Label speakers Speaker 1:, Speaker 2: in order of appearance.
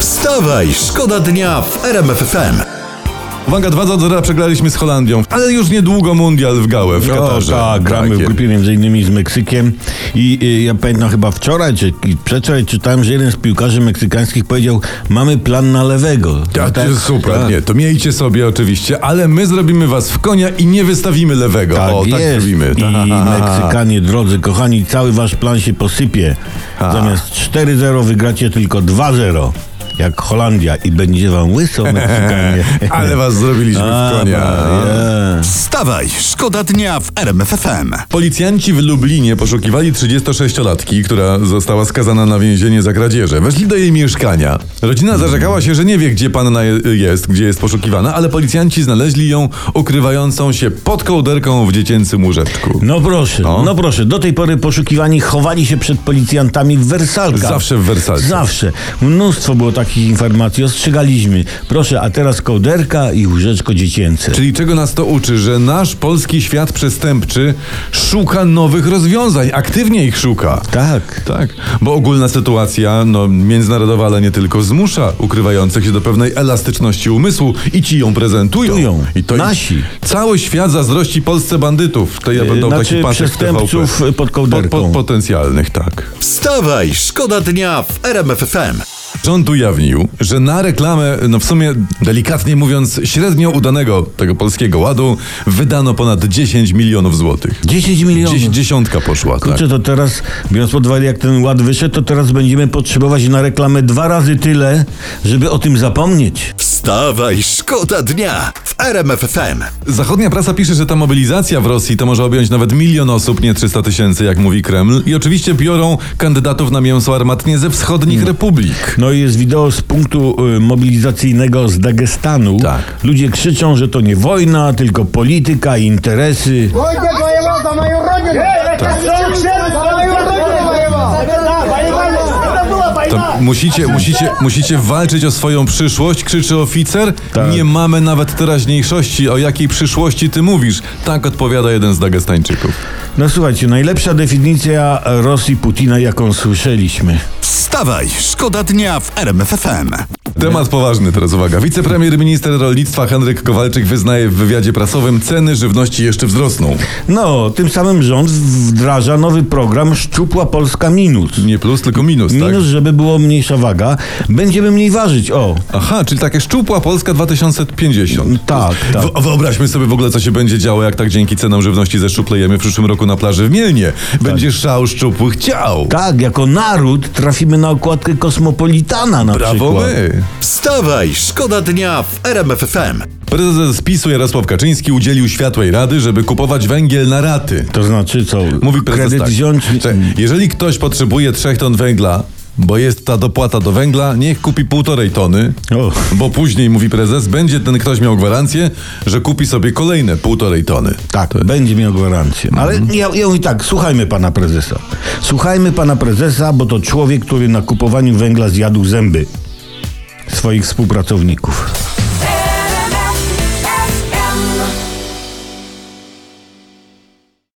Speaker 1: Wstawaj, szkoda dnia w RMF FM.
Speaker 2: Uwaga, 2 do 0 przegraliśmy z Holandią, ale już niedługo mundial w Gałę, w Katarze.
Speaker 3: tak, gramy w
Speaker 2: Brakiem.
Speaker 3: grupie między innymi z Meksykiem i y, ja pamiętam chyba wczoraj czy i przedwczoraj czytałem, że jeden z piłkarzy meksykańskich powiedział mamy plan na lewego.
Speaker 2: Ja,
Speaker 3: No tak,
Speaker 2: tak, super,
Speaker 3: tak.
Speaker 2: nie, to miejcie sobie oczywiście, ale my zrobimy was w konia i nie wystawimy lewego.
Speaker 3: Tak,
Speaker 2: o, tak
Speaker 3: jest.
Speaker 2: zrobimy.
Speaker 3: I
Speaker 2: Aha.
Speaker 3: Meksykanie, drodzy kochani, cały wasz plan się posypie. Zamiast 4-0 wygracie tylko 2-0. Jak Holandia i będzie wam łyso Meksykanie.
Speaker 2: Ale was zrobiliśmy w konia.
Speaker 3: tak, Yeah.
Speaker 1: Wstawaj, szkoda dnia w RMF FM.
Speaker 2: Policjanci w Lublinie poszukiwali 36-latki, która została skazana na więzienie za kradzieże. Weszli do jej mieszkania. Rodzina zarzekała się, że nie wie, gdzie panna je- jest, gdzie jest poszukiwana, ale policjanci znaleźli ją ukrywającą się pod kołderką w dziecięcym łóżeczku.
Speaker 3: No proszę,
Speaker 2: No.
Speaker 3: no. proszę. Do tej pory poszukiwani chowali się przed policjantami w wersalkach.
Speaker 2: Zawsze w wersalce.
Speaker 3: Zawsze. Mnóstwo było takich informacji. Ostrzegaliśmy. Proszę, a teraz kołderka i łóżeczko dziecięce.
Speaker 2: Czyli czego nas to uczy, że nasz polski świat przestępczy szuka nowych rozwiązań, aktywnie ich szuka.
Speaker 3: Tak.
Speaker 2: Tak, bo ogólna sytuacja, no międzynarodowa, ale nie tylko, zmusza ukrywających się do pewnej elastyczności umysłu i ci ją prezentują.
Speaker 3: Tują.
Speaker 2: I to
Speaker 3: Nasi.
Speaker 2: Cały świat zazdrości Polsce bandytów. To ja będę
Speaker 3: Yy,
Speaker 2: taki
Speaker 3: znaczy
Speaker 2: pasek
Speaker 3: przestępców y,
Speaker 2: TVP.
Speaker 3: pod kołderką.
Speaker 2: Po, po, potencjalnych, tak.
Speaker 1: Wstawaj, szkoda dnia w RMF FM.
Speaker 2: Rząd ujawnił, że na reklamę, no w sumie delikatnie mówiąc, średnio udanego tego polskiego ładu wydano ponad 10 milionów złotych.
Speaker 3: 10 milionów.
Speaker 2: Dziesię- dziesiątka poszła, tak.
Speaker 3: Kurczę, to teraz, biorąc pod uwagę, jak ten ład wyszedł, to teraz będziemy potrzebować na reklamę dwa razy tyle, żeby o tym zapomnieć.
Speaker 1: Wstawaj, szkoda dnia w RMF FM.
Speaker 2: Zachodnia prasa pisze, że ta mobilizacja w Rosji to może objąć nawet milion osób, nie 300 tysięcy, jak mówi Kreml. I oczywiście biorą kandydatów na mięso armatnie ze wschodnich republik.
Speaker 3: No i jest wideo z punktu y, mobilizacyjnego z Dagestanu.
Speaker 2: Tak.
Speaker 3: Ludzie krzyczą, że to nie wojna, tylko polityka i interesy.
Speaker 4: Войдя воевал за мою родину! Эй, Э, это за мою родину воевал! Это была
Speaker 2: To
Speaker 4: война!
Speaker 2: musicie, musicie, musicie walczyć o swoją przyszłość, krzyczy oficer.
Speaker 3: Tak.
Speaker 2: Nie mamy nawet teraźniejszości. O jakiej przyszłości ty mówisz? Tak odpowiada jeden z Dagestańczyków.
Speaker 3: No słuchajcie, najlepsza definicja e, Rosji Putina, jaką słyszeliśmy.
Speaker 1: Wstawaj, szkoda dnia w RMF FM.
Speaker 2: Temat poważny teraz, uwaga. Wicepremier minister rolnictwa Henryk Kowalczyk wyznaje w wywiadzie prasowym, ceny żywności jeszcze wzrosną.
Speaker 3: No, tym samym rząd wdraża nowy program Szczupła Polska Minus.
Speaker 2: Nie plus, tylko minus, tak?
Speaker 3: Minus, żeby było mniejsza waga, będziemy mniej ważyć. O,
Speaker 2: Aha, czyli takie szczupła Polska 2050.
Speaker 3: tak, tak.
Speaker 2: W- Wyobraźmy sobie w ogóle, co się będzie działo, jak tak dzięki cenom żywności zeszczuplejemy w przyszłym roku na plaży w Mielnie. Będzie szał szczupłych ciał.
Speaker 3: Tak, jako naród trafimy na okładkę kosmopolitana na
Speaker 2: Brawo
Speaker 3: przykład.
Speaker 2: my.
Speaker 1: Wstawaj, szkoda dnia w RMF FM.
Speaker 2: Prezes PiSu Jarosław Kaczyński udzielił światłej rady, żeby kupować węgiel na raty.
Speaker 3: To znaczy co?
Speaker 2: Mówi prezes
Speaker 3: kredyt
Speaker 2: tak.
Speaker 3: wziąć.
Speaker 2: Czekaj, Jeżeli ktoś potrzebuje 3 ton węgla, bo jest ta dopłata do węgla, niech kupi półtorej tony,
Speaker 3: O.
Speaker 2: bo później, mówi prezes, będzie ten ktoś miał gwarancję, że kupi sobie kolejne półtorej tony.
Speaker 3: Tak, będzie miał gwarancję. Ale ja, ja mówię tak, słuchajmy pana prezesa. Słuchajmy pana prezesa, bo to człowiek, który na kupowaniu węgla zjadł zęby swoich współpracowników.